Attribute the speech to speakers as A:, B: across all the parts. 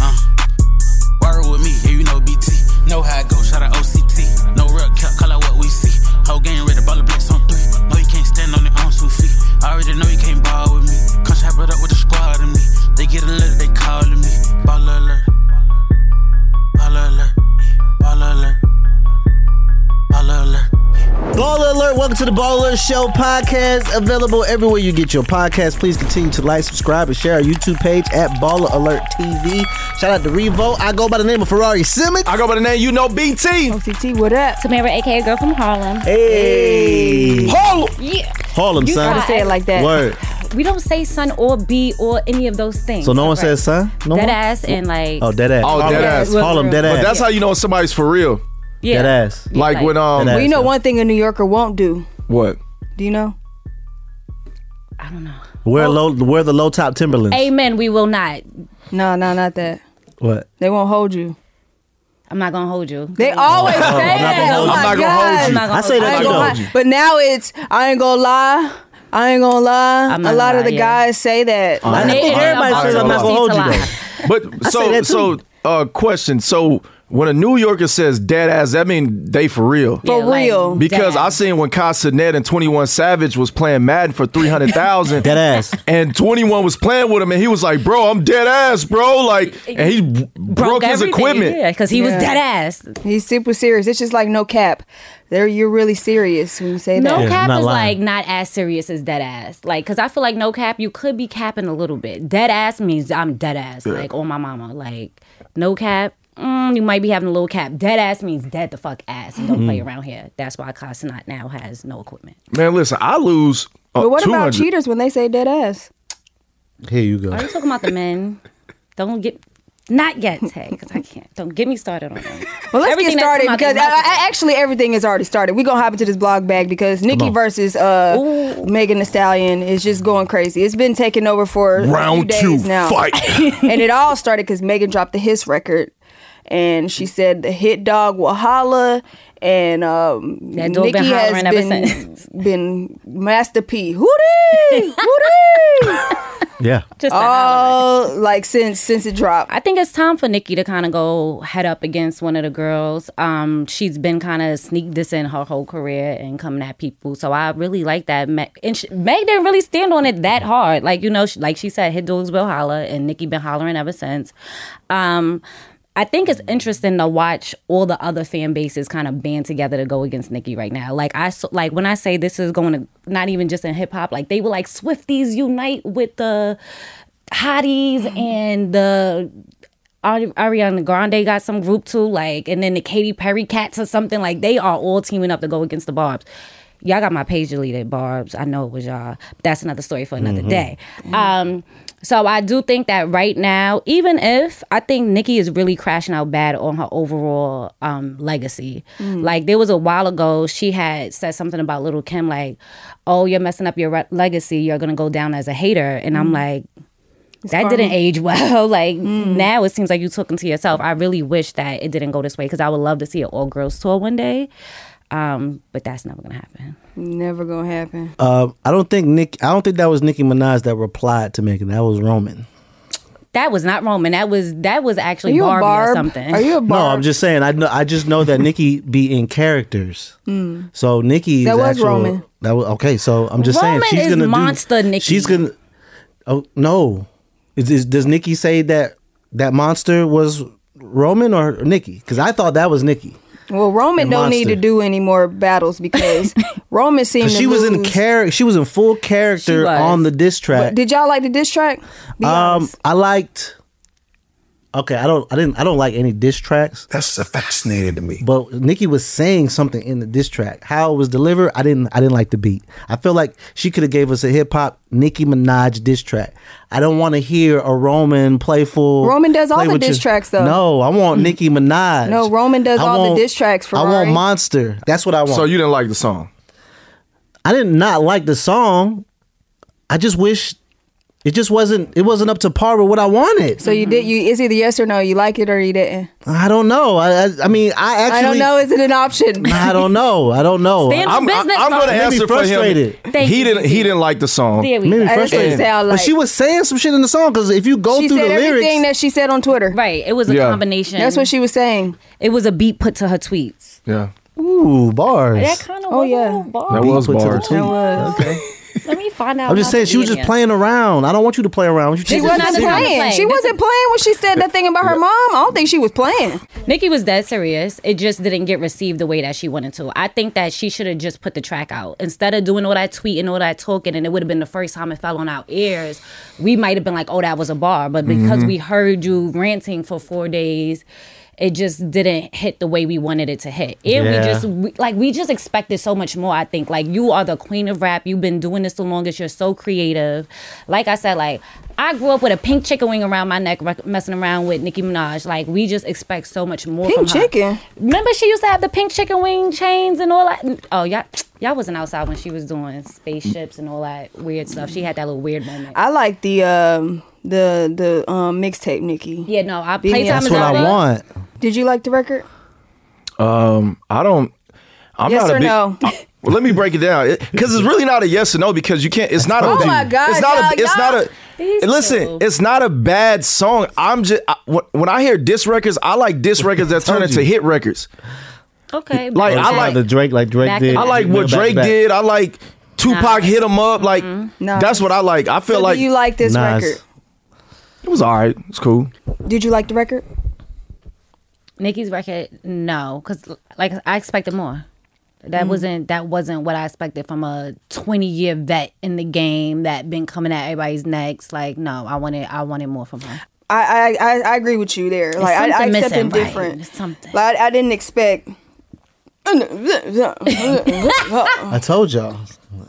A: Uh, word with me, yeah, you know BT. Know how it go, shout out OCT. No rep, cap, call out what we see. Whole game ready, ball the blitz on three. No, you can't stand on your own two feet. I already know you can't ball with me. Come chop it up with the squad and me. They get a letter, they calling me. Ball alert. Ball alert. Ball alert. Ball alert.
B: Baller Alert, welcome to the Baller Show podcast. Available everywhere you get your podcast. Please continue to like, subscribe, and share our YouTube page at Baller Alert TV. Shout out to Revo. I go by the name of Ferrari Simmons.
C: I go by the name you know BT.
D: OCT, what up?
E: Tamara, aka girl from Harlem.
B: Hey.
C: Harlem.
E: Yeah.
B: Harlem,
E: You
B: son.
E: gotta
D: Say it like that.
B: Word.
E: We don't say son or B or any of those things.
B: So no one
E: Right.
B: says son? No
E: dead
B: one?
E: ass and like
B: Oh, dead ass.
C: Oh,
B: Harlem.
C: dead ass.
B: Harlem, dead
C: But
B: ass.
C: that's how you know somebody's for real.
E: yeah.
B: Dead ass.
E: Yeah,
C: Like when um
B: That
D: Well, you know
B: ass.
D: one thing a New Yorker won't do.
C: what?
D: Do you know?
E: I don't know.
B: Wear, low, wear the low top Timberlands.
E: Amen. We will not.
D: No, no, not that.
B: What?
D: They won't hold you.
E: I'm not gonna hold you.
D: They always say that. Oh my
C: I'm not gonna
D: God.
C: hold
E: I'm
C: you.
E: not gonna
B: I say
E: hold
D: I
B: that
D: ain't
B: you
D: gonna
B: know.
D: lie. But now it's I ain't gonna lie. I ain't gonna lie.
E: I'm not
D: A lot
E: gonna
D: of the
E: lie, yeah.
D: guys say that.
B: I
E: They-
B: think
E: they-
B: everybody
E: I'm
B: says I'm not gonna
E: proceed
B: hold
E: to
B: you
E: lie.
B: though.
C: But
B: I say
C: so
B: that
C: so
B: too.
C: uh question. So when a New Yorker says dead ass, that means they for real.
D: For
E: Yeah, like-
D: real.
C: Because
E: Dead
C: I
E: ass.
C: seen when Casanet and 21 Savage was playing Madden for 300,000.
B: Dead ass.
C: And 21 was playing with him and he was like, "Bro, I'm dead ass, bro." Like and he broke, his
E: everything.
C: equipment.
E: Yeah, because he was
D: Yeah.
E: dead ass.
D: He's super serious. It's just like no cap. There you're really serious when you say
E: No
D: that.
B: Yeah,
E: cap
B: not
E: is
B: lying.
E: like not as serious as dead ass. Like, cause I feel like no cap, you could be capping a little bit. Dead ass means I'm dead ass. Like, on my mama. Like, no cap, mm, you might be having a little cap. Dead ass means dead the fuck ass. You don't
B: Mm-hmm.
E: play around here. That's why Casanat now has no equipment.
C: Man, listen, I lose uh,
D: But what
C: 200.
D: about cheaters when they say dead ass?
B: Here you go.
E: Are you talking about the men? Don't get not yet, Tay, because I can't. Don't get me started on that.
D: Well, let's
E: Everything that's
D: get started
E: come out
D: because
E: their
D: I,
E: mouth is-
D: I- actually everything is already started. We're gonna hop into this blog bag because Nikki versus uh, Megan Thee Stallion is just going crazy. It's been taking over for
C: round
D: a few
C: two
D: days now.
C: fight?
D: and it all started because Megan dropped the Hiss record, and she said the hit dog will holla, and um,
E: That dog been
D: Nicki has
E: hollering ever
D: been,
E: since.
D: been Master P, hootie, hootie,
B: Yeah.
E: Just that hollering.
D: all Uh, like since since it dropped.
E: I think it's time for Nikki to kind of go head up against one of the girls. Um, she's been kind of sneak this in her whole career and coming at people. So I really like that. Meg, and she, Meg didn't really stand on it that hard. Like you know, she, like she said, hit dogs will holler, and Nikki been hollering ever since. Um, I think it's interesting to watch all the other fan bases kind of band together to go against Nicki right now. Like I s- like when I say this is going to not even just in hip hop, like they were like Swifties unite with the hotties and the Ari- Ariana Grande got some group too, like, and then the Katy Perry cats or something. Like, they are all teaming up to go against the Barb's. Y'all got my page deleted, Barb's. I know it was y'all. That's another story for another day. Um, So I do think that right now, even if I think Nikki is really crashing out bad on her overall um, legacy. Like there was a while ago, she had said something about Little Kim, like, "Oh, you're messing up your re- legacy. You're gonna go down as a hater." And I'm like, that didn't age well. like
D: Mm.
E: now it seems like you talking to yourself. I really wish that it didn't go this way because I would love to see an all girls tour one day. Um, but that's never gonna happen.
D: Never gonna happen.
B: Uh, I don't think Nick. I don't think that was Nicki Minaj that replied to Megan. That was Roman.
E: That was not Roman. That was that was
D: Are
E: actually
D: you
E: Barbie
D: a barb?
E: or something.
D: Are you a barb?
B: No, I'm just saying. I know. I just know that Nikki be in characters. So Nikki.
D: That
B: is
D: was
B: actual-
D: Roman.
B: That was okay. So I'm just
E: Roman
B: saying she's
E: is
B: gonna do-
E: monster Nikki.
B: She's gonna. Oh no! Is, is, does Nikki say that that monster was Roman or Nikki? Because I thought that was Nikki.
D: Well, Roman
B: And
D: don't need to
B: Monster.
D: do any more battles because Roman seemed.
B: 'Cause
D: To
B: she was in
D: lose-
B: character. She was in full
E: She
B: character
E: was.
B: on the diss track.
D: Did y'all like the diss track? Be
B: Um,
D: honest.
B: I liked. Okay, I don't. I didn't. I don't like any diss tracks.
F: That's fascinating to me.
B: But Nikki was saying something in the diss track. How it was delivered, I didn't. I didn't like the beat. I feel like she could have gave us a hip hop Nicki Minaj diss track. I don't want to hear a Roman playful.
D: Roman does all
B: play
D: the
B: with
D: diss
B: you.
D: tracks, though. Mm.
B: No, I want Nicki Minaj.
D: No, Roman does
B: I
D: all the
B: want-
D: diss tracks,
B: I
D: Ferrari.
B: want Monster. That's what I want.
C: So you didn't like the song.
B: I did not like the song. I just wish it just wasn't. It wasn't up to par with what I wanted.
D: so you did. You it's either yes or no. You like it or you didn't.
B: I don't know. I, I, I mean, I actually.
D: I don't know. Is it an option?
B: I don't know. I don't know.
E: Stand
C: I'm, I,
E: business
C: I'm
E: phone.
C: gonna
B: Made me
C: answer for him.
B: frustrated.
E: Thank
C: He
E: you,
C: didn't. He didn't like the song.
E: There we go.
B: Made me
D: That's what
B: frustrated.
D: it sound
B: But she
D: like.
B: was saying some shit in the song because if you go
D: She
B: through
D: said
B: the
D: everything
B: lyrics,
D: that she said on Twitter.
E: Right. It was a
C: Yeah.
E: combination.
D: That's what she was saying.
E: It was a beat put to her tweets.
C: Yeah,
B: ooh bars.
E: That kind of
D: Oh,
E: oh, was
D: yeah.
E: yeah. a little
C: that
E: bar.
C: was
B: Put to the
C: bars.
B: tweet.
D: Okay.
E: Let me find out.
B: I'm just
E: how
B: saying she was
E: to
B: just
E: get in.
B: playing around. I don't want you to play around. I want you to
D: She
B: take
E: is
B: it
D: wasn't
E: not the
B: serious.
E: time to
D: playing.
E: play.
D: She
E: This
D: wasn't playing when she said that thing about her mom. I don't think she was playing.
E: Nikki was dead serious. It just didn't get received the way that she wanted to. I think that she should have just put the track out instead of doing all that tweet and all that talking, and it would have been the first time it fell on our ears. We might have been like, "Oh, that was a bar," but because we heard you ranting for four days. It just didn't hit the way we wanted it to hit, and
B: Yeah.
E: we just we, like we just expected so much more. I think like you are the queen of rap. You've been doing this the longest. You're so creative. Like I said, like I grew up with a pink chicken wing around my neck, rec- messing around with Nicki Minaj. Like we just expect so much more. from
D: Pink
E: her.
D: chicken?
E: Remember, she used to have the pink chicken wing chains and all that. Oh, y'all, y'all wasn't outside when she was doing spaceships and all that weird stuff. She had that little weird moment.
D: I like the um, the the um, mixtape, Nikki.
E: yeah, no, I
D: Being
E: playtime
B: That's
E: is
B: what I
E: over.
B: want.
D: Did you like the record?
C: I don't. I'm
D: Yes
C: not
D: or
C: a big,
D: no?
C: I- well, let me break it down because it's really not a yes or no because you can't. It's not a.
D: Oh my God,
C: It's not a.
D: y'all,
C: It's not
D: y'all-
C: a.
E: These two.
C: Listen, it's not a bad song. I'm just I, when, when I hear diss records, I like diss records that turn
B: Told you.
C: into hit records.
E: Okay,
C: Like, I
E: back.
C: like
B: the Drake, like Drake
E: Back
B: did.
E: to
C: I like what
B: Back to
C: Drake
B: back.
C: did. I like Tupac hit him up. Like
D: Mm-hmm. Nah.
C: that's what I like. I feel
D: So
C: like
D: do you like this
B: Nas.
D: record?
C: it was all right. It's cool.
D: Did you like the record?
E: Nikki's record, no, because like I expected more. That wasn't that wasn't what I expected from a twenty year vet in the game that been coming at everybody's necks. Like, no, I wanted I wanted more from her.
D: I I, I, I agree with you there. Like I, I
E: something
D: accept him
E: missing, right?
D: different.
E: It's something.
D: Like I, I didn't expect.
B: I told y'all.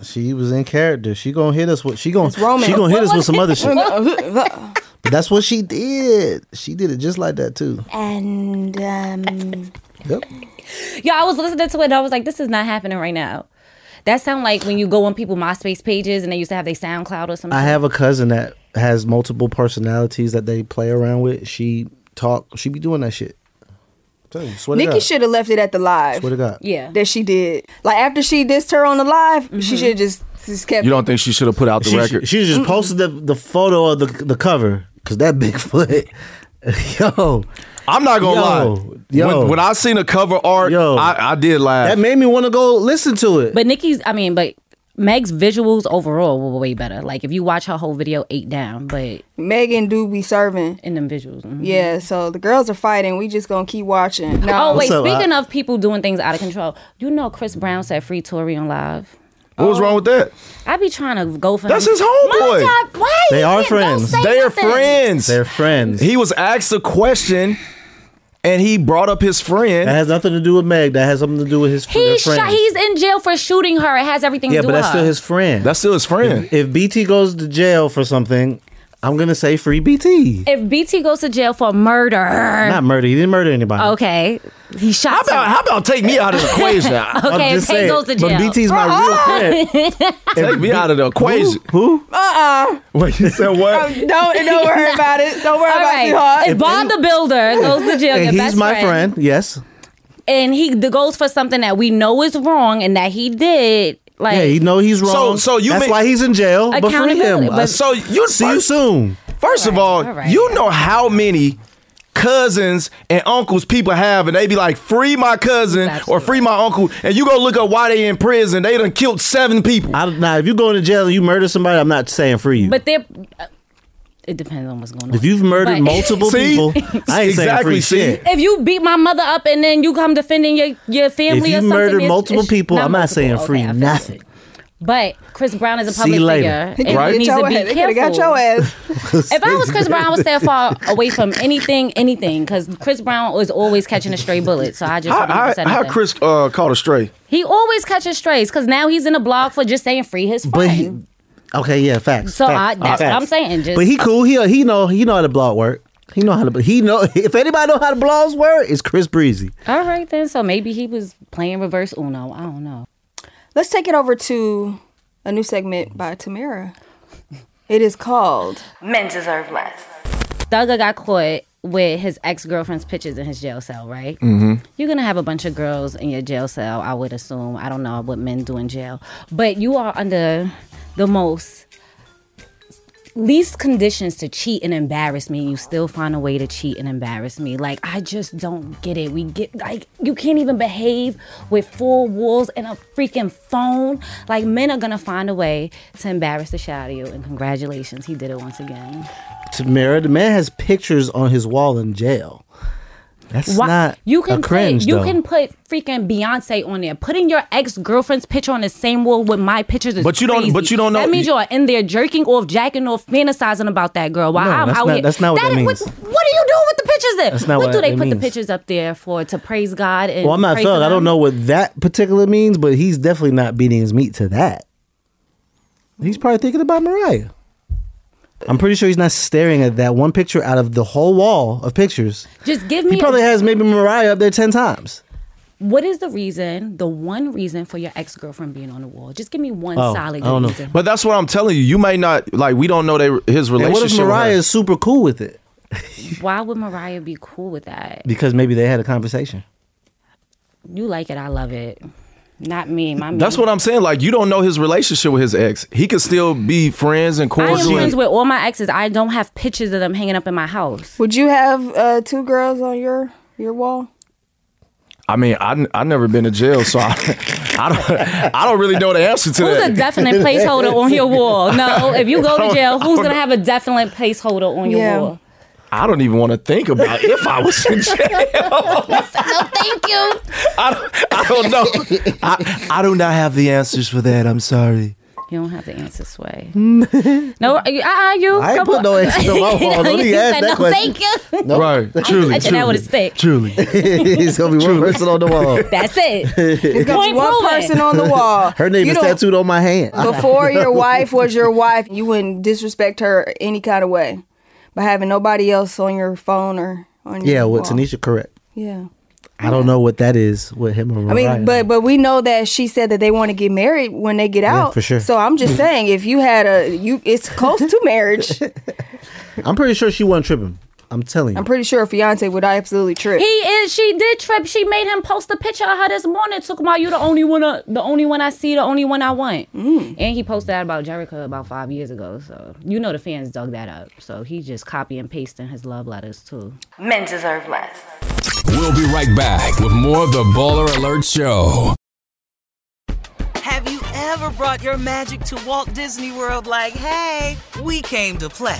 B: She was in character. She gonna hit us with she gonna
D: Roman.
B: she gonna hit us with some other shit.
D: and
B: But that's what she did. She did it just like that too.
D: um,
B: Yep.
E: Yo, I was listening to it and I was like, this is not happening right now. That sound like when you go on people MySpace pages and they used to have their SoundCloud or something.
B: I have a cousin that has multiple personalities that they play around with. She talk. She be doing that shit. Tell you, swear to
D: Nikki
B: God.
D: should have left it at the live
B: Swear to God.
E: yeah.
D: that she did. Like after she dissed her on the live,
E: Mm-hmm.
D: she should have just just kept.
C: You don't think she should have put out the
B: She,
C: record?
B: she just posted the, the photo of the the cover because that Bigfoot. yo,
C: I'm not gonna
B: Yo,
C: lie.
B: yo.
C: When, when I seen the cover art,
B: Yo.
C: I, I did laugh.
B: that made me want to go listen to it.
E: But Nikki's, I mean, but Meg's visuals overall were way better. Like if you watch her whole video, eight down, but
D: Megan do be serving.
E: in them visuals. mhm.
D: Yeah, so the girls are fighting. We just gonna keep watching.
E: Oh
D: No,
E: wait,
B: up,
E: speaking of people doing things out of control, you know Chris Brown said free Tory on live.
C: what was wrong with that?
E: I be trying to go for
C: That's
E: him.
C: his homeboy.
E: My God, why
B: They
E: you
B: are
E: can't- don't
B: friends.
E: say
C: They are
E: nothing.
C: friends.
B: They're friends.
C: He was asked a question, and he brought up his friend.
B: that has nothing to do with Meg. That has something to do with his their
E: He
B: friends.
E: shot, he's in jail for shooting her. It has everything
B: yeah,
E: to do
B: but
E: with
B: that's still
E: her.
B: his friend.
C: That's still his friend.
B: if BT goes to jail for something, I'm gonna say free BT.
E: If BT goes to jail for murder,
B: Not murder. He didn't murder anybody.
E: okay, he shot.
C: How about how about take me out of the equation?
E: someone. okay, if Tay goes to jail.
B: But BT's my real friend.
C: Take me out of the equation.
B: Who?
E: Uh-uh.
C: Wait, you said
E: Oh,
C: what?
D: Don't don't worry about it. Don't worry
E: all
D: about
E: right,
D: it. sweetheart.
E: if Bob the Builder goes to jail, your
B: And he's
E: best
B: my friend. Yes.
E: and he the goes for something that we know is wrong and that he did. Like,
B: Yeah, you know he's wrong.
C: so you
B: that's
C: mean-
B: why he's in jail. But free him.
E: Accountability, but-
B: I
C: So you
B: see you soon.
C: First of
E: All right,
C: all,
E: all right.
C: you know how many cousins and uncles people have, and they be like, "Free my cousin" or
E: Absolutely.
C: "Free my uncle," and you go look up why they in prison. They done killed seven people.
B: I, now, if you go into jail and you murder somebody, I'm not saying free you.
E: but they're. uh, It depends on what's going on.
B: if you've murdered
E: But-
B: multiple
C: See?
B: people, I ain't saying
C: Exactly,
B: free
C: see?
B: shit.
E: If you beat my mother up and then you come defending your, your
B: If
E: family or
B: you
E: something,
B: murder
E: it's-
B: multiple
E: it's
B: people, I'm not
E: multiple.
B: saying
E: Okay,
B: free
E: I feel
B: nothing.
E: it. But Chris Brown is a
B: See
E: public
B: you later.
E: figure, and
C: Right?
E: he needs
D: Your
E: to
D: ass-
E: be
D: they
E: careful.
D: coulda got your ass.
E: If I was Chris Brown, I would stay far away from anything, anything, because Chris Brown was always catching a stray bullet. So I just
C: How,
E: wouldn't have said
C: how, how
E: nothing.
C: Chris uh, caught a stray?
E: He always catches strays because now he's in a blog for just saying free his friend.
B: But he, okay, yeah, facts.
E: So
B: facts,
E: I- that's what I'm saying, just-
B: but he cool. He he know he know how to blog work. He know how to. He know if anybody know how to blogs work, it's Chris Breezy.
E: All right then. So maybe he was playing reverse Uno. I don't know.
D: Let's take it over to a new segment by Tamira. It is called
F: Men deserve less.
E: Thugger got caught with his ex girlfriend's pictures in his jail cell, right? Mm-hmm. You're gonna have a bunch of girls in your jail cell, I would assume. I don't know what men do in jail, but you are under the most least conditions to cheat and embarrass me. You still find a way to cheat and embarrass me. Like I just don't get it. We get like you can't even behave with four walls and a freaking phone. Like men are gonna find a way to embarrass the shit out of you. And congratulations, he did it once again.
B: Tamara, the man has pictures on his wall in jail. That's
E: Why-
B: not
E: you can
B: a cringe.
E: put, you
B: though.
E: can put freaking Beyonce on there. Putting your ex girlfriend's picture on the same wall with my pictures is
C: But you don't-
E: crazy.
C: but you don't know-
E: That means you are in there jerking off, jacking off, fantasizing about that girl. While
B: No,
E: I'm
B: that's
E: out
B: not-
E: here,
B: that's not what that
E: is-
B: means.
E: What, what are you doing with the pictures? Then
B: That's not
E: what,
B: what
E: do they
B: it
E: put
B: means.
E: the pictures up there for to praise God? And
B: Well, I'm not
E: pray
B: felt.
E: to
B: I don't
E: them?
B: know what that particular means, but he's definitely not beating his meat to that. He's probably thinking about Mariah. I'm pretty sure he's not staring at that one picture out of the whole wall of pictures.
E: Just give
B: He
E: me. a-
B: probably has maybe Mariah up there ten times.
E: what is the reason? The one reason for your ex girlfriend being on the wall? Just give me one
B: Oh,
E: solid
B: I don't know.
E: reason.
C: But that's what I'm telling you. You may not like. We don't know they, his
B: And
C: relationship.
B: what if Mariah
C: with her.
B: is super cool with it?
E: Why would Mariah be cool with that?
B: Because maybe they had a conversation.
E: You like it, I love it. Not me. My
C: That's what I'm saying. Like you don't know his relationship with his ex. He could still be friends and
E: I am
C: cordial.
E: friends
C: and-
E: with all my exes. I don't have pictures of them hanging up in my house.
D: Would you have uh, two girls on your your wall?
C: I mean, I I never been to jail, so I, I don't I don't really know the answer to
E: Who's
C: that.
E: a definite placeholder on your wall? No, if you go to jail, who's gonna have a definite placeholder on your
D: Yeah.
E: wall?
C: I don't even want to think about if I was in jail.
E: No, thank you.
C: I don't, I don't know. I, I do not have the answers for that. I'm sorry.
E: You don't have to answer sway. no, uh, uh, you.
B: I ain't
E: come
B: put
E: on.
B: no exes on my
E: You
B: wall. Don't
E: said
B: even ask that
E: no,
B: question.
E: thank you.
C: Right. Truly.
E: I think that
C: truly,
E: would have stayed.
C: Truly.
B: it's gonna be one person on the wall.
E: That's it.
D: It's gonna be
E: Point
D: one
E: proven.
D: person on the wall.
B: Her name
D: You
B: is
D: don't-
B: tattooed on my hand.
D: Before your wife was your wife, you wouldn't disrespect her any kind of way by having nobody else on your phone or on your
B: yeah, what
D: wall.
B: Tanisha correct.
D: Yeah.
B: I don't know what that is with him or
D: I mean,
B: Mariah.
D: but but we know that she said that they want to get married when they get out.
B: for sure.
D: So I'm just saying, if you had a you, it's close to marriage.
B: I'm pretty sure she wasn't tripping. I'm telling you.
D: I'm pretty sure a fiance would absolutely trip.
E: He is. She did trip. She made him post a picture of her this morning. Took him out. You the only one. I, the only one I see. The only one I want. And he posted that about Jericho about five years ago. So you know the fans dug that up. So he just copy and pasting his love letters too.
F: Men deserve less.
G: We'll be right back with more of the Baller Alert Show.
H: Have you ever brought your magic to Walt Disney World like, hey, we came to play?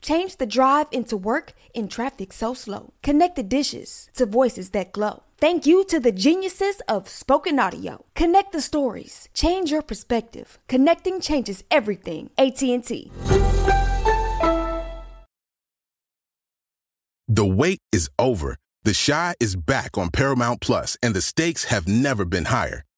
I: Change the drive into work in traffic so slow. Connect the dishes to voices that glow. Thank you to the geniuses of spoken audio. Connect the stories. Change your perspective. Connecting changes everything. AT&T.
J: The wait is over. The Shy is back on Paramount Plus, and the stakes have never been higher.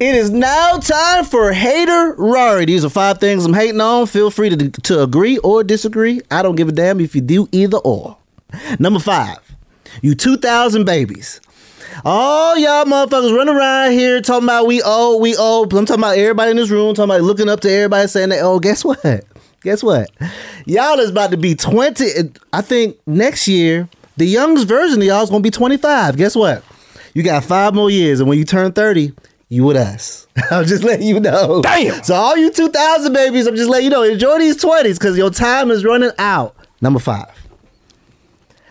B: It is now time for Hater Rari. These are five things I'm hating on. Feel free to, to agree or disagree. I don't give a damn if you do either or. Number five, you 2,000 babies. All y'all motherfuckers running around here talking about we old, we old. I'm talking about everybody in this room, talking about looking up to everybody saying they old. Guess what? Guess what? Y'all is about to be 20. I think next year, the youngest version of y'all is going to be 25. Guess what? You got five more years, and when you turn 30, you with us. I'm just letting you know. Damn. So all you 2000 babies, I'm just letting you know. Enjoy these 20s because your time is running out. Number five.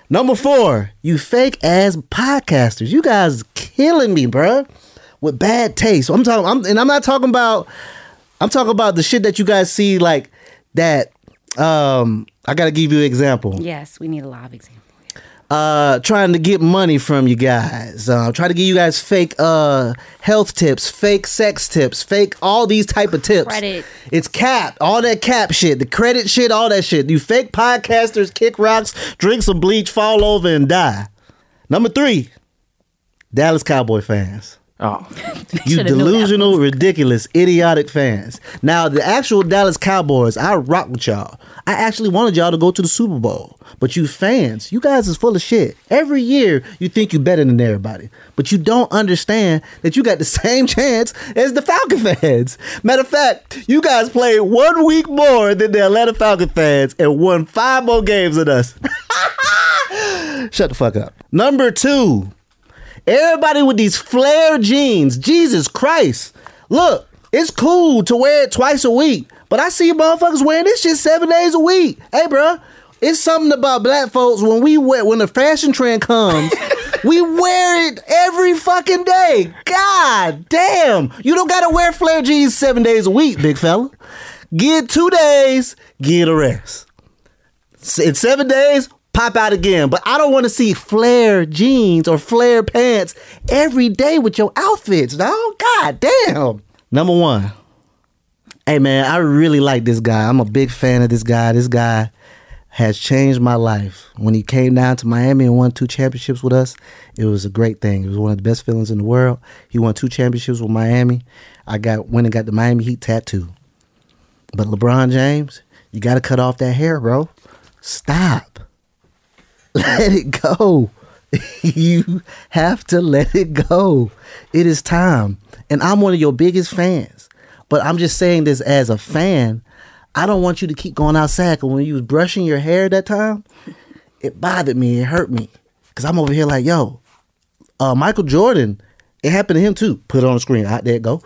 B: Number four, you fake ass podcasters. You guys killing me, bruh, with bad taste. I'm talking, I'm, and I'm not talking about. I'm talking about the shit that you guys see, like that. Um, I gotta give you an example
E: Yes, we need a live example.
B: uh trying to get money from you guys uh try to give you guys fake uh health tips fake sex tips fake all these type of tips
E: Credit.
B: it's cap all that cap shit the credit shit all that shit you fake podcasters kick rocks drink some bleach fall over and die number three dallas cowboy fans
K: oh
B: you
K: Shoulda knew that
B: delusional ridiculous idiotic fans now the actual dallas cowboys i rock with y'all i actually wanted y'all to go to the super bowl but you fans you guys is full of shit every year you think you better than everybody but you don't understand that you got the same chance as the falcon fans matter of fact you guys played one week more than the atlanta falcon fans and won five more games than us Shut the fuck up. Number two, everybody with these flare jeans. Jesus Christ. Look, it's cool to wear it twice a week, but I see motherfuckers wearing this shit seven days a week. Hey, bruh, it's something about black folks when we wear, when the fashion trend comes. We wear it every fucking day. God damn. You don't gotta wear flare jeans seven days a week, big fella. Get two days, get a rest in seven days, pop out again. But I don't want to see flare jeans or flare pants every day with your outfits, dog. God damn. Number one. Hey man, I really like this guy. I'm a big fan of this guy. This guy has changed my life. When he came down to Miami and won two championships with us, it was a great thing. It was one of the best feelings in the world. He won two championships with Miami. I got went and got the Miami Heat tattoo. But LeBron James, you got to cut off that hair, bro. Stop. Let it go. you have to let it go. It is time. And I'm one of your biggest fans. But I'm just saying this as a fan. I don't want you to keep going outside because when you was brushing your hair that time, it bothered me. It hurt me. Because I'm over here like, yo, uh, Michael Jordan, it happened to him too. Put it on the screen. Out there it go.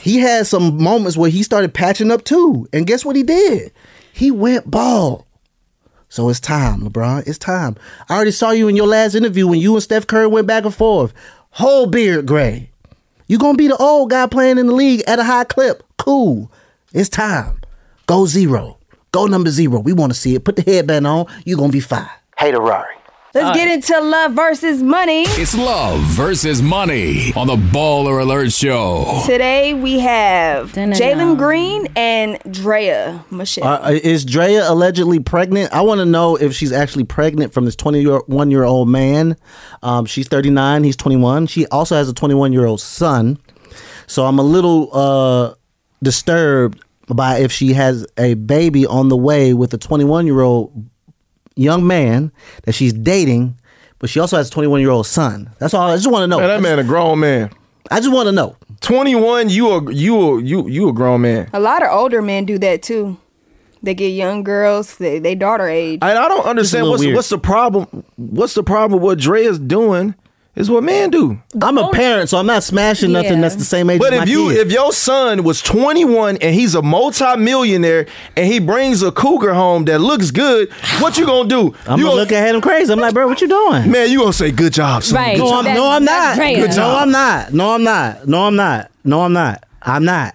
B: He had some moments where he started patching up too. And guess what he did? He went bald. So it's time, LeBron. It's time. I already saw you in your last interview when you and Steph Curry went back and forth. Whole beard gray. you going to be the old guy playing in the league at a high clip. Cool. It's time. Go zero. Go number zero. We want to see it. Put the headband on. you going to be fine. Hey, the Rari.
D: Let's get into love versus money.
G: It's love versus money on the Baller Alert Show.
D: Today we have Jalen Green and Drea Michelle.
B: Uh, is Drea allegedly pregnant? I want to know if she's actually pregnant from this 21 year old man. Um, she's 39, he's 21. She also has a 21 year old son. So I'm a little uh, disturbed by if she has a baby on the way with a 21 year old young man that she's dating, but she also has a 21 year old son. That's all. I just want to know.
C: Man, that man a grown man.
B: I just want to know.
C: 21, you a you a, you you a grown man.
D: A lot of older men do that too. They get young girls, they, they daughter age.
C: And I don't understand
B: little
C: what's
B: weird.
C: what's the problem. What's the problem? with What Dre is doing is what men do.
B: I'm a parent, so I'm not smashing nothing
D: Yeah.
B: that's the same age.
C: But
B: as my
C: if you
B: kid.
C: if your son was 21 and he's a multimillionaire and he brings a cougar home that looks good, what you gonna do?
B: I'm
C: you
B: gonna look at him crazy. I'm like, bro, what you doing?
C: man, you gonna say good job, son.
E: Right.
C: Good
B: No,
C: job."
B: I'm,
E: That's-
B: no, I'm
E: that's
B: not.
E: Drea. Good
B: No,
E: job.
B: I'm not. No, I'm not. No, I'm not. No, I'm not. I'm not.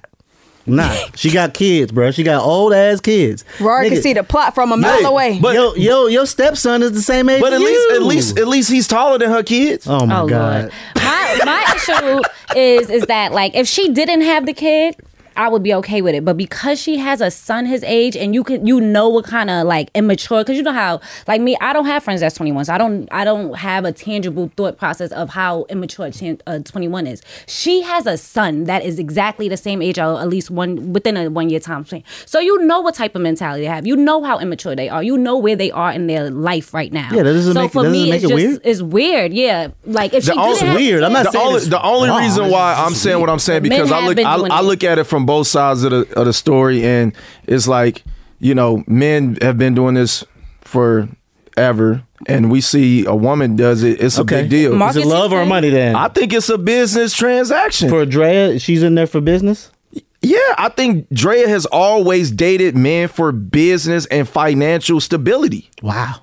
B: I'm not. She got kids, bro. She got old ass kids.
D: Rory can
B: Nigga,
D: see the plot from a mile
C: Hey,
D: away.
C: but-
B: yo, yo, your stepson is the same age.
C: But at
B: as
C: least at
B: you.
C: least at least he's taller than her kids.
B: Oh my
E: oh
B: god.
E: lord. My my issue is is that like if she didn't have the kid. I would be okay with it, but because she has a son his age, and you can you know what kind of like immature, because you know how like me, I don't have friends that's twenty one, so I don't I don't have a tangible thought process of how immature ten, uh, twenty one is. She has a son that is exactly the same age, or at least one within a one year time frame. So you know what type of mentality they have, you know how immature they are, you know where they are in their life right now.
B: Yeah, that doesn't
E: so
B: make-
E: for
B: that doesn't
E: me,
B: make
E: it's
B: it
E: just
B: weird.
E: it's weird. Yeah, like if she
C: The only-
E: didn't have
B: weird. I'm
E: kids-
B: not
C: the
B: saying
C: only,
B: it's
C: the only
B: wrong.
C: reason why I'm saying what I'm saying
E: Men
C: because I
E: have
C: look
E: been
C: I,
E: doing
C: I
E: it.
C: look at it from both sides of the of the story and it's like you know men have been doing this forever and we see a woman does it it's a big deal.
E: Mark-
B: Is it love or money then?
C: I think it's a business transaction.
B: for Drea, she's in there for business.
C: yeah, I think Drea has always dated men for business and financial stability.
B: Wow.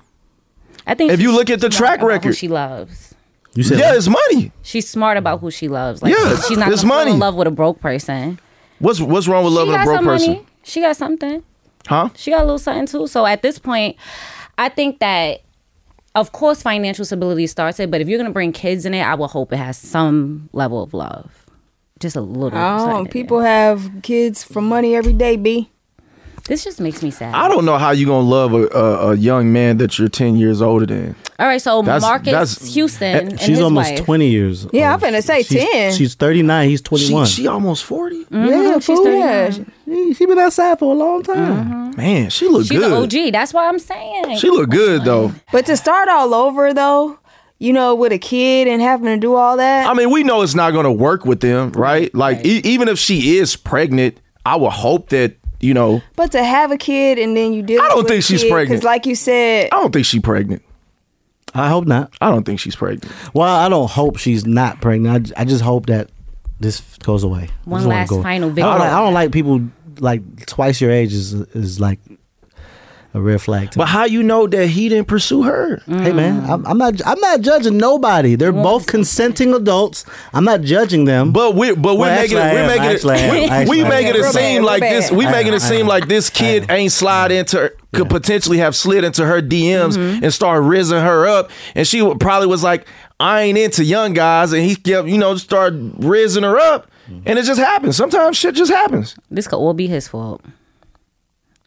E: I think
C: If you look at the
E: she's
C: track
E: smart about who
C: record.
E: she loves.
B: You said
C: Yeah, it's money.
E: She's smart about who she loves. Like,
C: Yeah,
E: she's not
C: it's
E: gonna fall
C: money.
E: in love with a broke person.
C: What's what's wrong with
E: she
C: loving a
E: got
C: broke
E: some
C: person?
E: money. She got something.
C: Huh?
E: She got a little something too. So at this point, I think that of course financial stability starts it, but if you're gonna bring kids in it, I would hope it has some level of love. Just a little.
D: Oh,
E: something.
D: people have kids for money every day, B.
E: This just makes me sad.
C: I don't know how you gonna love a, a, a young man that you're ten years older than.
E: All right, so
C: That's-
E: Marcus
C: that's- eh,
E: Houston. and
B: she's
E: his
B: almost
E: wife.
B: twenty years.
D: Yeah,
B: old.
D: I'm finna say
B: She's-
D: 10.
B: She's thirty nine. He's twenty
C: She,
B: one.
C: she almost 40
D: Yeah,
E: she's
D: fool,
E: 39.
D: yeah.
B: She, she been outside for a long time.
D: Mm-hmm.
C: Man, she look
E: She's
C: good.
E: an OG. That's why I'm saying.
C: She look good though.
D: But to start all over though, you know, with a kid and having to do all that.
C: I mean, we know it's not gonna work with them, right? Like E- even if she is pregnant, I would hope that you know.
D: but to have a kid and then you deal.
C: I don't think she's pregnant.
D: Because, like you said,
C: I don't think she's pregnant.
B: I hope not.
C: I don't think she's pregnant.
B: Well, I don't hope she's not pregnant. I j- I, just hope that this f- goes away. I
E: One
B: just wanna
E: last
B: go.
E: final
B: I don't,
E: victory.
B: like, I don't like people like twice your age is is like a red flag. To
C: But how you know that he didn't pursue her?
B: me. hey
E: mm.
B: man, I'm, I'm not I'm not judging nobody. They're both consenting adults. I'm not judging them.
C: But we but we're
B: Well,
C: making it
B: actually I
C: we're
B: am.
C: making
B: Actually I am.
C: it we-
B: Actually
C: we
B: I am.
C: making it
D: Real bad,
C: seem
D: real
C: like
D: bad.
C: this we
B: I
C: making
B: am,
C: it
B: I
C: seem
B: am.
C: like this kid ain't slide into could potentially have slid into her DMs
D: Mm-hmm.
C: and start rizzing her up and she would, probably was like I ain't into young guys and he kept you know start rizzing her up
B: Mm-hmm.
C: and it just happens sometimes shit just happens
E: This could all be his fault.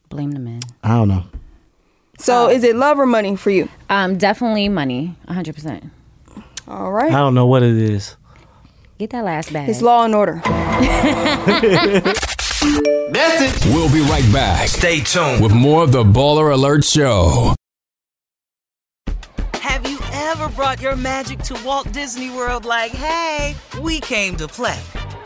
E: Blame the man.
B: I don't know.
D: so is it love or money for you?
E: Um, definitely money, hundred percent.
D: All
B: I
D: right,
B: don't know what it is.
E: Get that last bag.
D: it's law and order.
G: We'll be right back
A: Stay tuned.
G: with more of the Baller Alert Show.
H: Have you ever brought your magic to Walt Disney World like, hey, we came to play?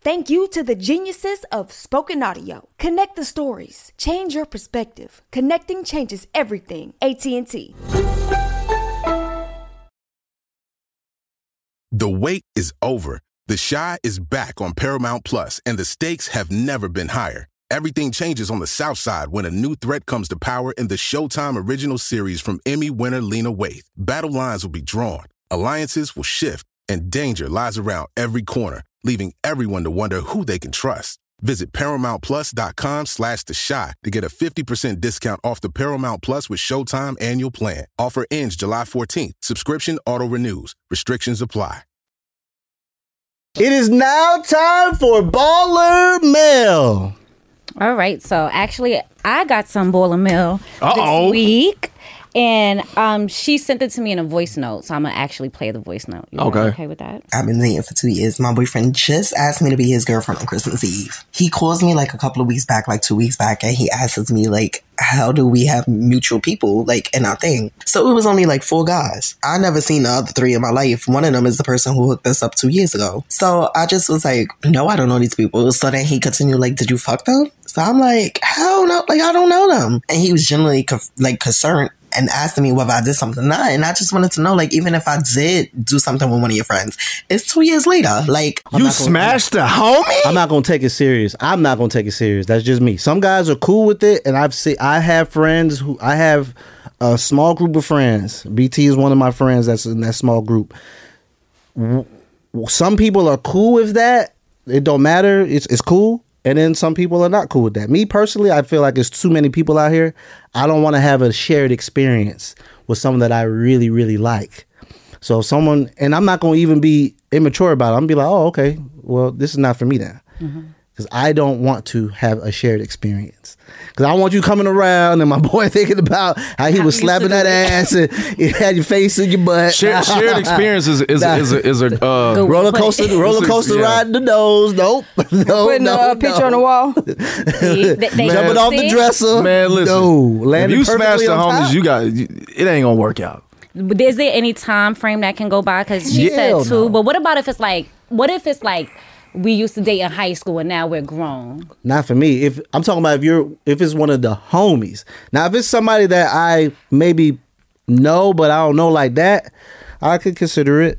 I: Thank you to the geniuses of spoken audio. Connect the stories. Change your perspective. Connecting changes everything. AT&T.
J: The wait is over. The Shy is back on Paramount Plus, and the stakes have never been higher. Everything changes on the South Side when a new threat comes to power in the Showtime original series from Emmy winner Lena Waithe. Battle lines will be drawn, alliances will shift, and danger lies around every corner, leaving everyone to wonder who they can trust. Visit ParamountPlus.com slash The Shot to get a 50% discount off the Paramount Plus with Showtime annual plan. Offer ends July 14th. Subscription auto-renews. Restrictions apply.
B: It is now time for Baller Mail.
E: All right. So actually, I got some boiler mill
C: Uh-oh.
E: this week, and um, she sent it to me in a voice note. So I'm gonna actually play the voice note. You
K: Okay.
E: okay with that?
K: I've been dating for two years. My boyfriend just asked me to be his girlfriend on Christmas Eve. He calls me like a couple of weeks back, like two weeks back, and he asks me like, "How do we have mutual people like in our thing?" So it was only like four guys. I never seen the other three in my life. One of them is the person who hooked us up two years ago. So I just was like, "No, I don't know these people." So then he continued like, "Did you fuck them?" So I'm like, "Hell no! Like I don't know them." And he was generally conf- like concerned and asking me whether I did something or not. And I just wanted to know, like, even if I did do something with one of your friends, it's two years later. Like, I'm not gonna-
B: the homie? I'm not gonna take it serious. I'm not gonna take it serious. That's just me. Some guys are cool with it, and I've seen I have friends who I have a small group of friends. BT is one of my friends that's in that small group. W- w- Some people are cool with that. It don't matter. It's it's cool. And then some people are not cool with that. Me personally, I feel like it's too many people out here. I don't want to have a shared experience with someone that I really, really like. So if someone, and I'm not gonna even be immature about it. I'm gonna be like, oh, okay, well, this is not for me then, because I don't want to have a shared experience. Because I don't want you coming around and my boy thinking about how he was slapping that ass and it had your face in your butt.
C: Share, shared experience is is is, is a, is a uh,
B: roller coaster, roller coaster
C: Yeah.
B: ride in the nose. Nope, no,
D: Putting
B: no,
D: a uh, picture on the wall.
B: jumping off the dresser.
C: Man, listen.
B: no,
C: if
B: landing
C: you smash
B: perfectly
C: the
B: on
C: homies,
B: top.
C: you got you- it ain't gonna work out.
E: But Is there any time frame that can go by? Because she
C: Hell
E: said two. But what about if it's like? What if it's like we used to date in high school and now we're grown?
B: Not for me. If I'm talking about if you're if it's one of the homies. Now if it's somebody that I maybe know but I don't know like that, I could consider it.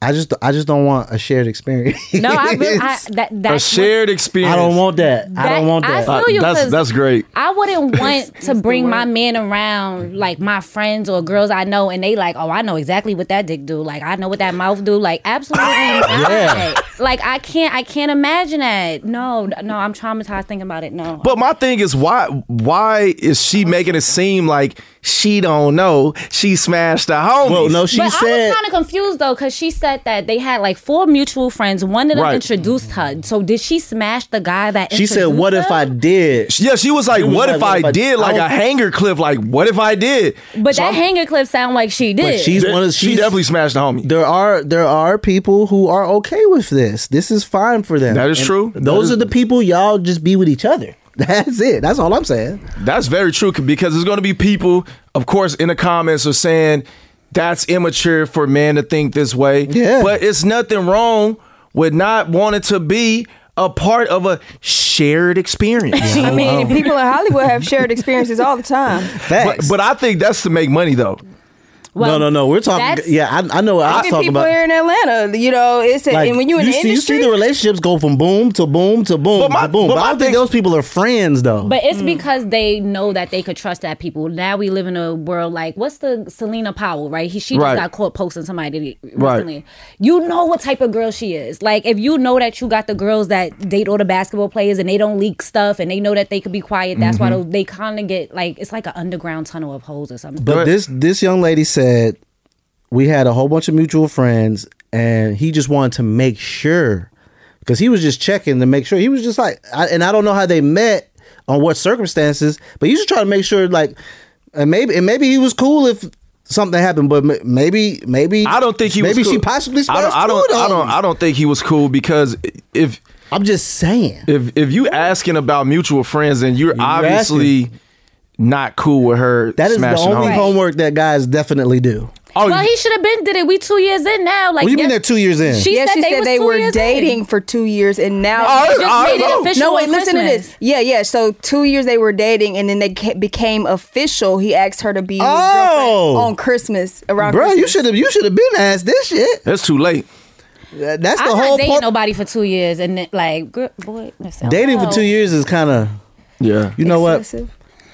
B: I just I just don't want a shared experience.
E: No, I really I, that that
C: a shared experience.
B: I don't want that. I don't want
E: I
B: that.
E: feel you,
C: that's
E: 'cause
C: that's great.
E: I wouldn't want to bring my men around like my friends or girls I know, and they like, oh, I know exactly what that dick do. Like I know what that mouth do. Like absolutely not.
C: Yeah.
E: Like I can't, I can't imagine that. No, no, I'm traumatized thinking about it. No,
C: But my thing is why why is she
B: Oh,
C: making it seem like she don't know she smashed the homies? Well, no,
E: but I was kind of confused though, because she said that they had like four mutual friends. One of them
C: Right.
E: introduced her. So did she smash the guy that?
B: She said, "What if I did?"
C: Yeah, she was like,
B: was
C: "What
B: like,
C: if
B: what
C: I
B: if I-
C: did?" Like
B: I
C: a
B: don't-
C: hanger clip. Like, what if I did?
E: But
C: So
E: that
C: I'm-
E: hanger clip sound like she did.
B: But she's one of
C: she
B: she's-
C: definitely smashed the homie.
B: There are there are people who are okay with this. This is fine for them.
C: That is true. That
B: Those
C: is-
B: are the people y'all just be with each other. That's it. That's all I'm saying.
C: That's very true c- because there's going to be people, of course, in the comments are saying that's immature for men to think this way. Yeah. But it's nothing wrong with not wanting to be a part of a shared experience.
D: I mean, people in Hollywood have shared experiences all the time.
C: But, but I think that's to make money though.
B: no, no, no. We're talking.
D: that's-
B: Yeah, I, I know. what I
D: I
B: was
D: mean,
B: talking
D: people
B: about.
D: here in Atlanta, you know, it's a, and when you in
B: you
D: the
B: see,
D: industry,
B: you see the relationships go from boom to boom to boom
C: But my-
B: to boom.
C: but
B: But, I
C: my
B: don't think
C: thing-
B: those people are friends though.
E: But it's because they know that they could trust that people. Now we live in a world like what's the Selena Powell, right? He, she
C: Right.
E: just got caught posting somebody
C: Right.
E: recently. You know what type of girl she is. Like if you know that you got the girls that date all the basketball players and they don't leak stuff and they know that they could be quiet. That's
B: Mm-hmm.
E: why they kind of get like it's like an underground tunnel of holes or something.
B: But this this young lady said we had a whole bunch of mutual friends, and he just wanted to make sure because he was just checking to make sure. He was just like, I, and I don't know how they met on what circumstances, but he was just trying to make sure, like, and maybe and maybe he was cool if something happened, but m- maybe maybe
C: I don't think he
B: maybe
C: was cool.
B: she possibly
C: I don't,
B: smashed
C: I don't,
B: two of
C: I don't,
B: those.
C: I don't think he was cool because if
B: I'm just saying.
C: if if you asking about mutual friends and you're obviously not cool with her
B: That is the
C: smashing
B: only
C: homies.
B: homework that guys definitely do.
C: Oh,
E: well, he should have been did it. We two years in now. Like
B: what do you mean
E: yes-
B: they're two years in?
E: She
D: yeah,
E: said
D: she
E: they
D: said
E: was
D: they
E: two
D: were
E: years
D: dating for two years, and now
E: I-
D: They
B: Oh,
D: just
E: I
D: made it
E: know.
D: official No, wait,
E: on
D: listen
E: Christmas.
D: to this. Yeah, yeah. So two years they were dating, and then they ca- became official. He asked her to be his
B: Oh.
D: girlfriend on Christmas around.
B: Bro, you
D: Christmas.
B: should have you should have been asked this shit.
C: that's too late.
B: That- That's the
E: I'm
B: whole
E: not dating
B: point.
E: nobody for two years and then like, gr- boy, that sounds-
B: Dating for two years is kind of
C: yeah.
B: You know what?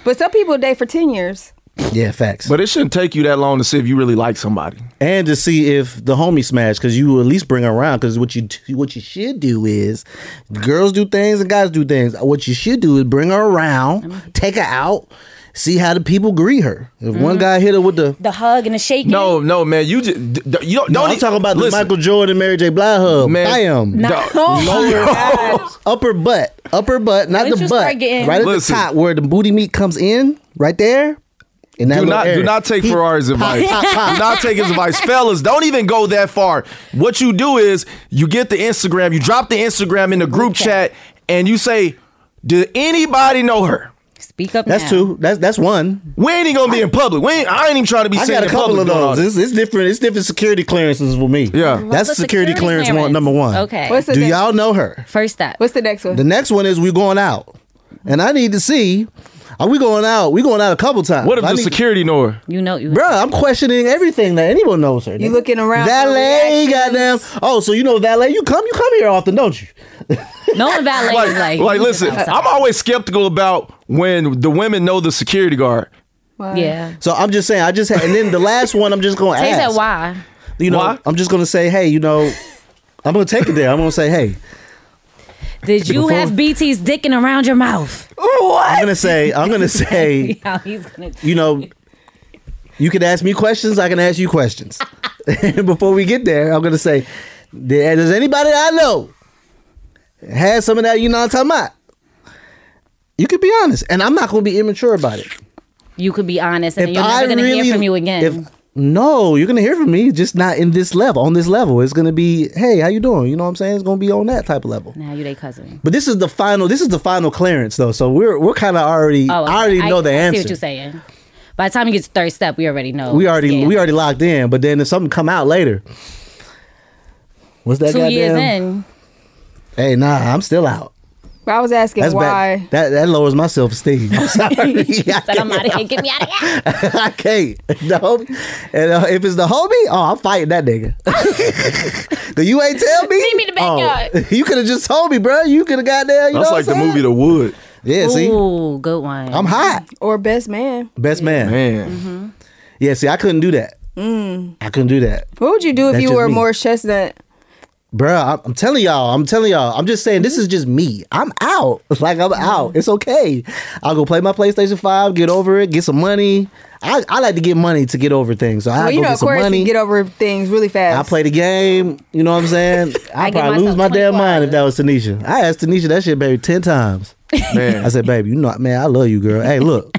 D: But some people date for ten years.
B: Yeah, facts.
C: But it shouldn't take you that long to see if you really like somebody.
B: and to see if the homie smash because you will at least bring her around because what you do- what you should do is girls do things and guys do things what you should do is bring her around take her out see how the people greet her if
E: Mm-hmm.
B: one guy hit her with the
E: The hug and the shaking.
C: No, no, man. You just d- d- you don't.
B: no,
C: don't
B: I'm
C: e-
B: talking about
C: listen,
B: the Michael Jordan and Mary J. Blige hug.
C: Man,
B: Bam.
C: No.
B: Lower, upper butt, upper butt, not
E: Once
B: the
E: you
B: butt,
E: start getting-
B: right at
C: Listen.
B: the top where the booty meat comes in, right there. In that
C: Do
B: little
C: not do
B: area.
C: not take
B: He-
C: Ferrari's
B: pop,
C: advice.
B: pop, pop.
C: do not take his advice, fellas. Don't even go that far. What you do is you get the Instagram, you drop the Instagram in the group chat, and you say, "Did anybody know her?"
E: Speak up.
B: That's
E: now.
B: two. That's that's one.
C: We ain't even gonna be in public. We ain't, I ain't even trying to be.
B: I
C: seen
B: got a
C: in
B: couple
C: public
B: of
C: doing all
B: those.
C: this.
B: It's, it's different. It's different security clearances for me.
C: Yeah.
B: that's
E: the
B: security,
E: security
B: clearance, one
E: clearance.
B: number one.
E: Okay.
D: What's the
B: Do
D: next-
B: y'all know her?
E: First step.
D: What's the next one?
B: The next one is we going out, and I need to see. Are we going out? We going out a couple times.
C: What if
B: I
C: the
B: need-
C: security know her?
E: You know you.
B: Bruh, I'm questioning everything that anyone knows her.
D: You
B: nigga.
D: looking around for
B: Valet, goddamn.
D: reactions.
B: Oh, so you know valet? You come, you come here often, don't you?
E: No one valet
C: Like,
E: is like,
C: like,
E: you just
C: listen,
E: outside.
C: I'm always skeptical about when the women know the security guard.
D: Why?
E: Yeah.
B: So I'm just saying, I just had, and then the last one, I'm just gonna
E: Tay
B: ask.
E: said why.
B: You know,
C: Why?
B: I'm just gonna say, hey, you know, I'm gonna take it there. I'm gonna say, hey,
E: Did you
B: Before-
E: have BT's dicking around your mouth?
B: I'm gonna say, I'm gonna say,
E: How he's gonna.
B: you know, you can ask me questions, I can ask you questions. And Before we get there, I'm gonna say, there- does anybody I know have some of that you know what I'm talking about? You could be honest, and I'm not gonna be immature about it.
E: You could be honest, and then you're never gonna hear from you again.
B: if- no, you're gonna hear from me, just not in this level. On this level, it's gonna be, hey, how you doing? You know what I'm saying? It's gonna be on that type of level.
E: now you they cousin.
B: But this is the final. This is the final clearance, though. So we're we're kind of already.
E: Oh, okay.
B: I already know the
E: I
B: answer.
E: See what you're saying. By the time you get to third step, we already know.
B: We already
E: Oh, Yeah.
B: we already locked in. But then if something come out later, what's that?
E: two
B: goddamn,
E: years in.
B: Hey, nah, I'm still out.
D: But I was asking
B: That's
D: why.
B: bad. That that lowers my self esteem. I'm sorry. I
E: Said I'm
B: can't.
E: out of here. Get me out of here.
B: I can't. The homie, and uh, if it's the homie, oh, I'm fighting that nigga. 'Cause you ain't tell me.
E: Meet me in the
B: Oh,
E: backyard.
B: you could have just told me, bro. You could have got there. You
C: That's
B: know
C: like
B: what
C: the
B: I'm
C: movie
B: saying?
C: The Wood.
B: Yeah, see,
E: Ooh, good one.
B: I'm hot.
D: Or best man.
B: Best man.
C: Man,
B: Mm-hmm. Yeah, see, I couldn't do that. I couldn't do that,
D: What would you do if
B: That's
D: you
B: just
D: were
B: me.
D: more chestnut?
B: bro. I'm, I'm telling y'all. I'm telling y'all. I'm just saying. This is just me. I'm out. Like I'm out. It's okay. I'll go play my PlayStation Five. Get over it. Get some money. I, I like to get money to get over things. So I
D: Well,
B: go
D: you know,
B: get some
D: Aquarius
B: money.
D: can get over things really
B: I
D: fast.
B: play the game. You know what I'm saying? I
E: give
B: probably
E: myself
B: lose my
E: 24
B: damn mind if
E: hours.
B: that was Tanisha. I asked Tanisha that shit, baby, ten times. I
C: man.
B: said, baby, you know, man, I love you, girl. Hey, look,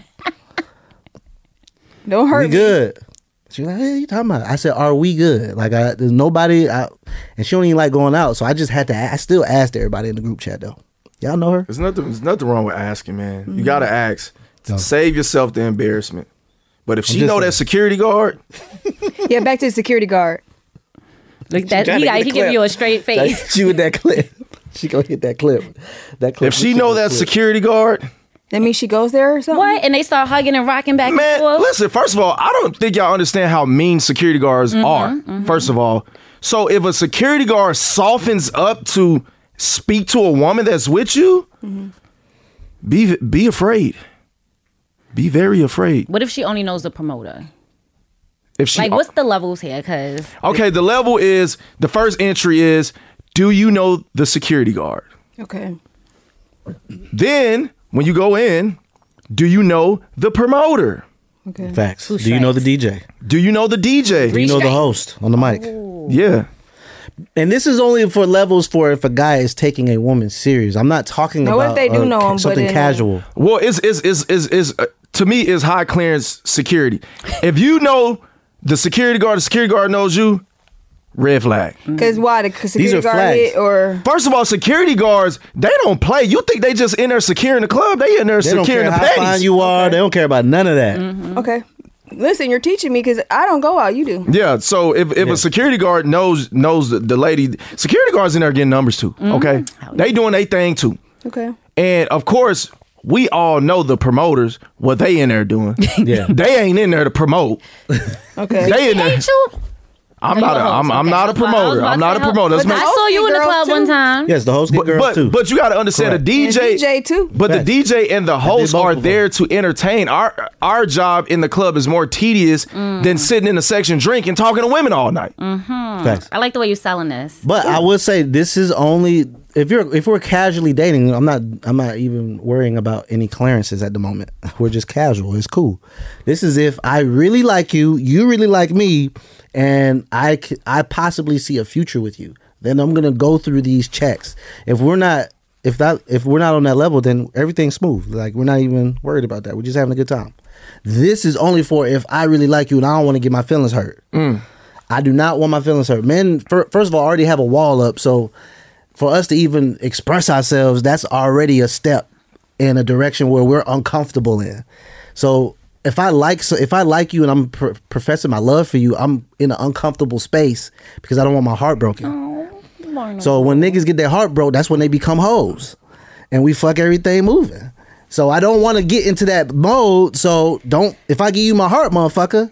D: Don't hurt
B: we
D: me.
B: good. She was like, hey, you talking about? I said, are we good? Like, I, there's nobody. I, and she don't even like going out, so I just had to. a- I still asked everybody in the group chat though. Y'all know her?
C: There's nothing. There's nothing wrong with asking, man.
B: Mm-hmm.
C: You gotta ask. Save yourself the embarrassment. But if she
B: just
C: know
B: saying.
C: that security guard,
D: Yeah, back to the security guard.
E: Look, that he, got- he give you a straight face.
B: She with that clip. She gonna hit that clip. That clip.
C: if she know that
B: clip.
C: security guard,
D: That means she goes there or something?
E: what? And they start hugging and rocking back and
C: man,
E: forth.
C: listen. First of all, I don't think y'all understand how mean security guards
E: Mm-hmm,
C: are. First of all, so if a security guard softens up to speak to a woman that's with you,
E: Mm-hmm.
C: be be afraid. Be very afraid.
E: What if she only knows the promoter?
C: If she
E: Like, what's the levels here? Because
C: okay, the level is the first entry is do you know the security guard?
D: Okay.
C: Then, when you go in, do you know the promoter?
D: Okay.
B: Facts. Do you know the DJ?
C: Do you know the DJ?
B: Do you know the host on the mic?
C: Oh. Yeah.
B: And this is only for levels for if a guy is taking a woman serious. I'm not talking
D: Now, what
B: about
D: if they do
B: uh,
D: know
B: ca-
D: him, but
B: something
D: in-
B: casual.
C: Well, it's is is is is uh, to me is high clearance security. If you know the security guard, the security guard knows you. Red flag.
B: Mm.
D: Because why? The c-
B: are
D: security guard
B: flags.
D: hit or.
C: First of all, security guards they don't play. You think they just in there securing the club? They in there
B: They don't
C: securing
B: care
C: the
B: how fine
C: petties.
B: you are. They don't care about none of that.
D: Okay. Listen, you're teaching me because I don't go out. You do.
C: Yeah. So if, if a security guard knows knows the, the lady, security guards in there getting numbers too.
B: Mm-hmm.
C: Okay, they doing their thing too.
D: Okay.
C: And of course, we all know the promoters what they in there doing.
B: Yeah.
C: they ain't in there to promote.
D: Okay.
C: They in there.
E: you.
C: I'm not. A, I'm, I'm not a promoter. I'm not a promoter. Let's
E: I
C: make-
E: saw you in the club one time.
B: Yes, the host get
C: but,
B: girls
C: but,
B: too.
C: But you got to understand
B: Correct.
C: the DJ,
D: And DJ too.
C: But
B: Facts.
C: the DJ and the host are there to entertain. Our our job in the club is more tedious
D: Mm.
C: than sitting in a section drinking, talking to women all night.
E: Hmm.
B: Facts.
E: I like the way you're selling this.
B: But I will say this is only if you're if we're casually dating. I'm not I'm not even worrying about any clearances at the moment. We're just casual. It's cool. This is if I really like you, you really like me, and I c- I possibly see a future with you. Then I'm gonna go through these checks. If we're not if that if we're not on that level, then everything's smooth. Like we're not even worried about that. We're just having a good time. This is only for if I really like you and I don't want to get my feelings hurt. I do not want my feelings hurt. Men, fir- first of all, already have a wall up. So for us to even express ourselves, that's already a step in a direction where we're uncomfortable in. So if I like, so if I like you and I'm pr- professing my love for you, I'm in an uncomfortable space because I don't want my heart broken. So when niggas get their heart broke, that's when they become hoes, and we fuck everything moving. So I don't want to get into that mode. So don't. If I give you my heart, motherfucker,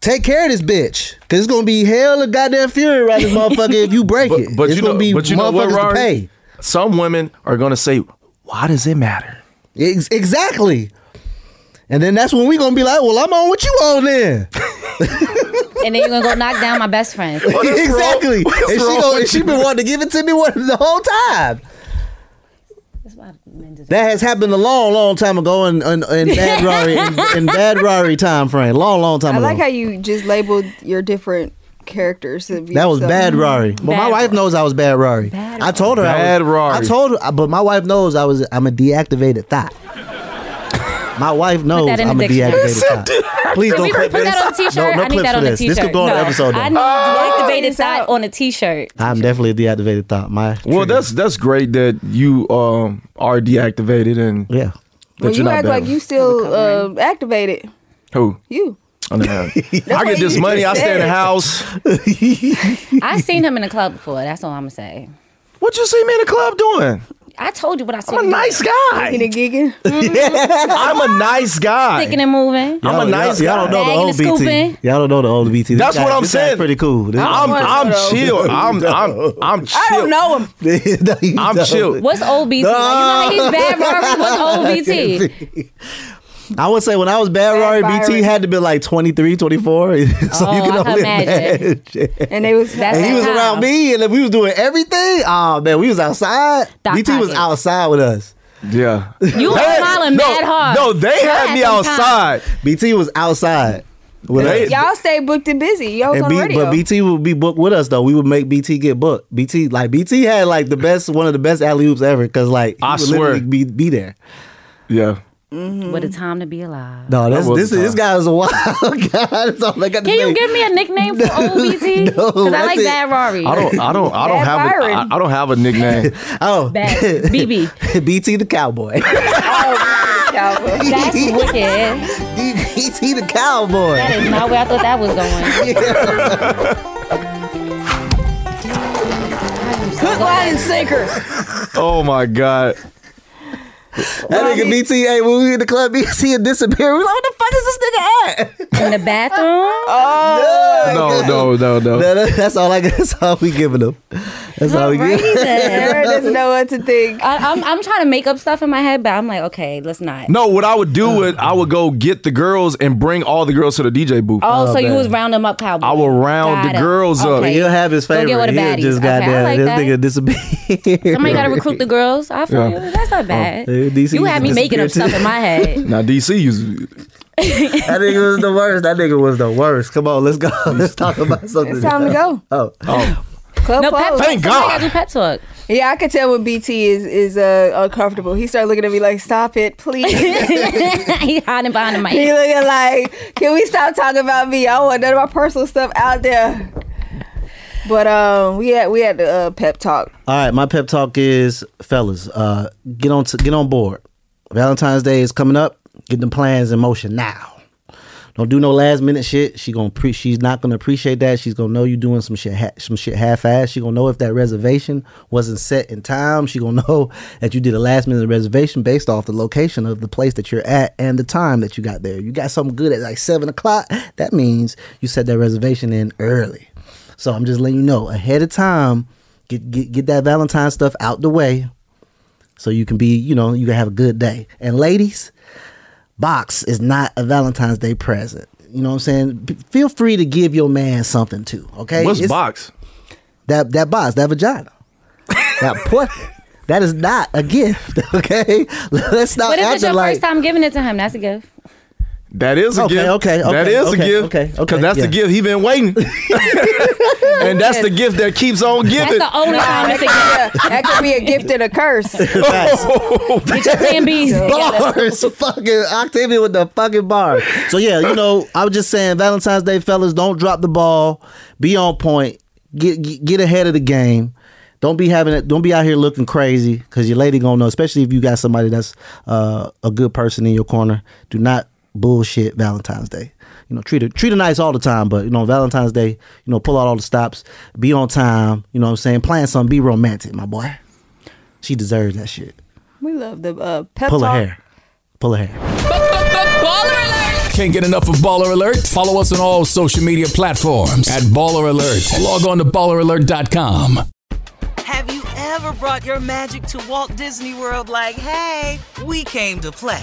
B: take care of this bitch, cause it's gonna be hell of goddamn fury right this motherfucker if you break it.
C: But
B: it's
C: you
B: gonna
C: know,
B: be
C: but you know what,
B: motherfuckers to
C: Rory?
B: pay.
C: Some women are gonna say, "Why does it matter?"
B: Ex- exactly. And then that's when we gonna be like, well, I'm on what you on then.
E: and then you're gonna go knock down my best friend.
C: Oh, wrong-
B: exactly.
C: what's
B: And she
C: wrong
B: gonna,
C: with
B: and she
C: you?
B: been wanting to give it to me one- the whole time. That has happened a long, long time ago in, in, in bad Rory in, in bad Rory time frame. Long, long time
D: I
B: ago.
D: like how you just labeled your different characters. That
B: That was bad,
E: Mm-hmm.
B: Rory. But my wife knows I was bad, Rory. I told her
C: Bad
B: I was,
C: Rory.
B: I told her, but my wife knows I was. I'm a deactivated thought. My wife knows
E: that in
B: I'm
E: the
B: a
E: dictionary. It's
B: deactivated
E: a
B: thought. Please
E: Can
B: don't
E: we
B: clip
E: put
B: this.
E: that on a t-shirt?
B: No, no
E: I
B: clip
E: need that
B: for
E: on a
B: this.
E: t-shirt.
B: This could go on
E: no.
B: the episode,
E: I
B: though.
E: need
C: Oh,
E: deactivated that on a t-shirt.
B: I'm definitely a deactivated thought. My
C: Well, that's that's great that you um, are deactivated and
B: yeah,
C: that
D: Well,
C: you're
D: you
C: not
D: act
C: bad.
D: like you still uh, activated.
C: Who?
D: You.
C: I don't have- I
D: what
C: get this
D: you
C: money. I
D: just
C: stay in the
D: said.
C: house.
E: I've seen him in the club before. That's all I'm gonna say.
C: What you see me in the club doing?
E: I told you what I saw.
C: I'm a
E: you
C: nice
E: doing.
D: In a
C: guy.
D: gigging.
C: I'm a nice guy.
E: Sticking and moving.
C: I'm a nice
B: Y'all don't
C: guy.
B: know the
E: Bagging
B: old
E: and
B: BT.
E: scooping.
B: Y'all don't know the old BT. This
C: That's
B: guy-
C: what I'm
B: this guy's
C: saying.
B: Pretty cool. This-
C: I'm I'm chill. I'm I'm I'm chill.
D: I don't know him.
B: No, you
C: I'm
B: don't.
C: chill.
E: What's OBT? Like, you know, he's bad Rory. What's OBT?
B: I would say when I was bad, Rory,
D: Bad
B: BT
D: Byron.
B: had to be like 23, 24. so you
E: Oh,
B: can
E: I can
B: only
E: imagine.
B: imagine.
D: And they was
E: That's
B: and he
E: that
B: was
E: time.
B: around me, and if we was doing everything, oh man, we was outside.
E: Doc
B: BT was
E: pockets.
B: outside with us.
C: Yeah.
E: You were smiling
C: no,
E: mad hard.
C: No, they
E: I
C: had
E: had
C: me
E: some
C: outside.
B: BT was outside with
C: They-
B: us.
D: y'all stay booked and busy. Y'all was
B: And
D: on
B: B-
D: the radio.
B: but BT would be booked with us though. We would make BT get booked. BT like BT had like the best, one of the best alley oops ever. Cause like he
C: I
B: would
C: swear.
B: literally be, be there.
C: Yeah.
E: What a time to be alive.
B: No, this
C: was
B: this
C: the
B: this
C: time.
B: guy is a wild guy. That's all I got to
E: Can
B: say.
E: you give me a nickname for OBT? Because I
B: that's
E: like
B: it.
E: bad Rory.
C: I don't I don't I don't
D: Bad
C: have a, I,
D: Byron.
C: I don't have a nickname.
B: oh,
E: Bad BB.
B: BT the cowboy.
D: Y'all was-
E: That's wicked.
B: BT the cowboy.
E: That is not where I thought that was going.
D: Hook, line, and sinker.
C: oh my god.
B: That nigga BT, hey, when we in the club, BT had disappeared. We like, what the fuck is this nigga at?
E: In the bathroom.
B: Oh,
C: No, no, no, no.
B: That- that- that's all I. That's all we giving him. That's all we
E: Alrighty
B: give.
E: then.
D: Aaron doesn't know what to think.
E: Oh, I, I'm I'm trying to make up stuff in my head, but I'm like, okay, let's not.
C: No, what I would do is I would go get the girls and bring all the girls to the DJ booth.
E: Oh, so you was round them up, cowboy.
C: I will round the
E: Got Oh, it.
C: girls up.
E: Okay.
B: He'll have his
E: Go
B: favorite.
E: get with the
B: He'll
E: baddies.
B: just
E: Okay,
B: goddamn
E: I like
B: this
E: that.
B: nigga disappeared.
E: Somebody got to recruit the girls. I feel
C: Yeah.
E: you. That's not bad.
B: Oh, eh, DC
E: you had me
B: just
E: making up
B: disappeared
E: stuff in my head.
C: Now DC is
B: that nigga was the worst. That nigga was the worst. Come on, let's go. Let's talk about something.
D: It's time to go.
B: Oh,
D: Club
E: No, pep
D: closed.
E: talk.
C: Thank
E: Somebody
C: God.
E: gotta do pep talk.
D: Yeah, I could tell when BT is is uh, uncomfortable. He started looking at me like, "Stop it, please." he
E: he hiding behind the mic.
D: looking like, "Can we stop talking about me? I don't want none of my personal stuff out there." But um, we had we had the uh, pep talk.
B: All right, my pep talk is, fellas, uh, get on to, get on board. Valentine's Day is coming up. Get them plans in motion now. Don't do no last minute shit. She gonna pre- she's not gonna appreciate that. She's gonna know you doing some shit ha- some shit half ass. She gonna know if that reservation wasn't set in time. She gonna know that you did a last minute reservation based off the location of the place that you're at and the time that you got there. You got something good at like seven o'clock. That means you set that reservation in early. So I'm just letting you know ahead of time. Get get get that Valentine stuff out the way, so you can be you know you can have a good day. And ladies, box is not a Valentine's Day present. You know what I'm saying? P- feel free to give your man something too. Okay.
C: What's
B: It's-
C: box?
B: That that box, that vagina, that put. That is not a gift. Okay. Let's not
E: But if
B: act
E: it's your
B: like
E: first time giving it to him, that's a gift.
C: That is a
B: Okay,
C: gift.
B: okay, okay,
C: that is
B: okay,
C: a gift.
B: okay, okay,
C: because that's
B: yeah.
C: the gift he been waiting, and that's the gift that keeps on
E: That's
C: giving.
E: the only time it's a gift.
D: that could be a gift and a curse.
E: Get your plan B's together.
B: bars. fucking Octavia with the fucking bar. So yeah, you know, I was just saying Valentine's Day, fellas, don't drop the ball. Be on point. Get get, get ahead of the game. Don't be having it. Don't be out here looking crazy because your lady gonna know. Especially if you got somebody that's uh, a good person in your corner. Do not bullshit Valentine's Day. You know, treat her treat her nice all the time, but you know Valentine's Day. You know, pull out all the stops. Be on time. You know what I'm saying. Plan something. Be romantic, my boy. She deserves that shit.
D: We love the uh, pep
B: Pull her
D: talk.
B: hair. Pull her hair.
G: Can't get enough of Baller Alert? Follow us on all social media platforms at Baller Alert. Log on to balleralert.com.
H: Have you ever brought your magic to Walt Disney World like, hey, we came to play?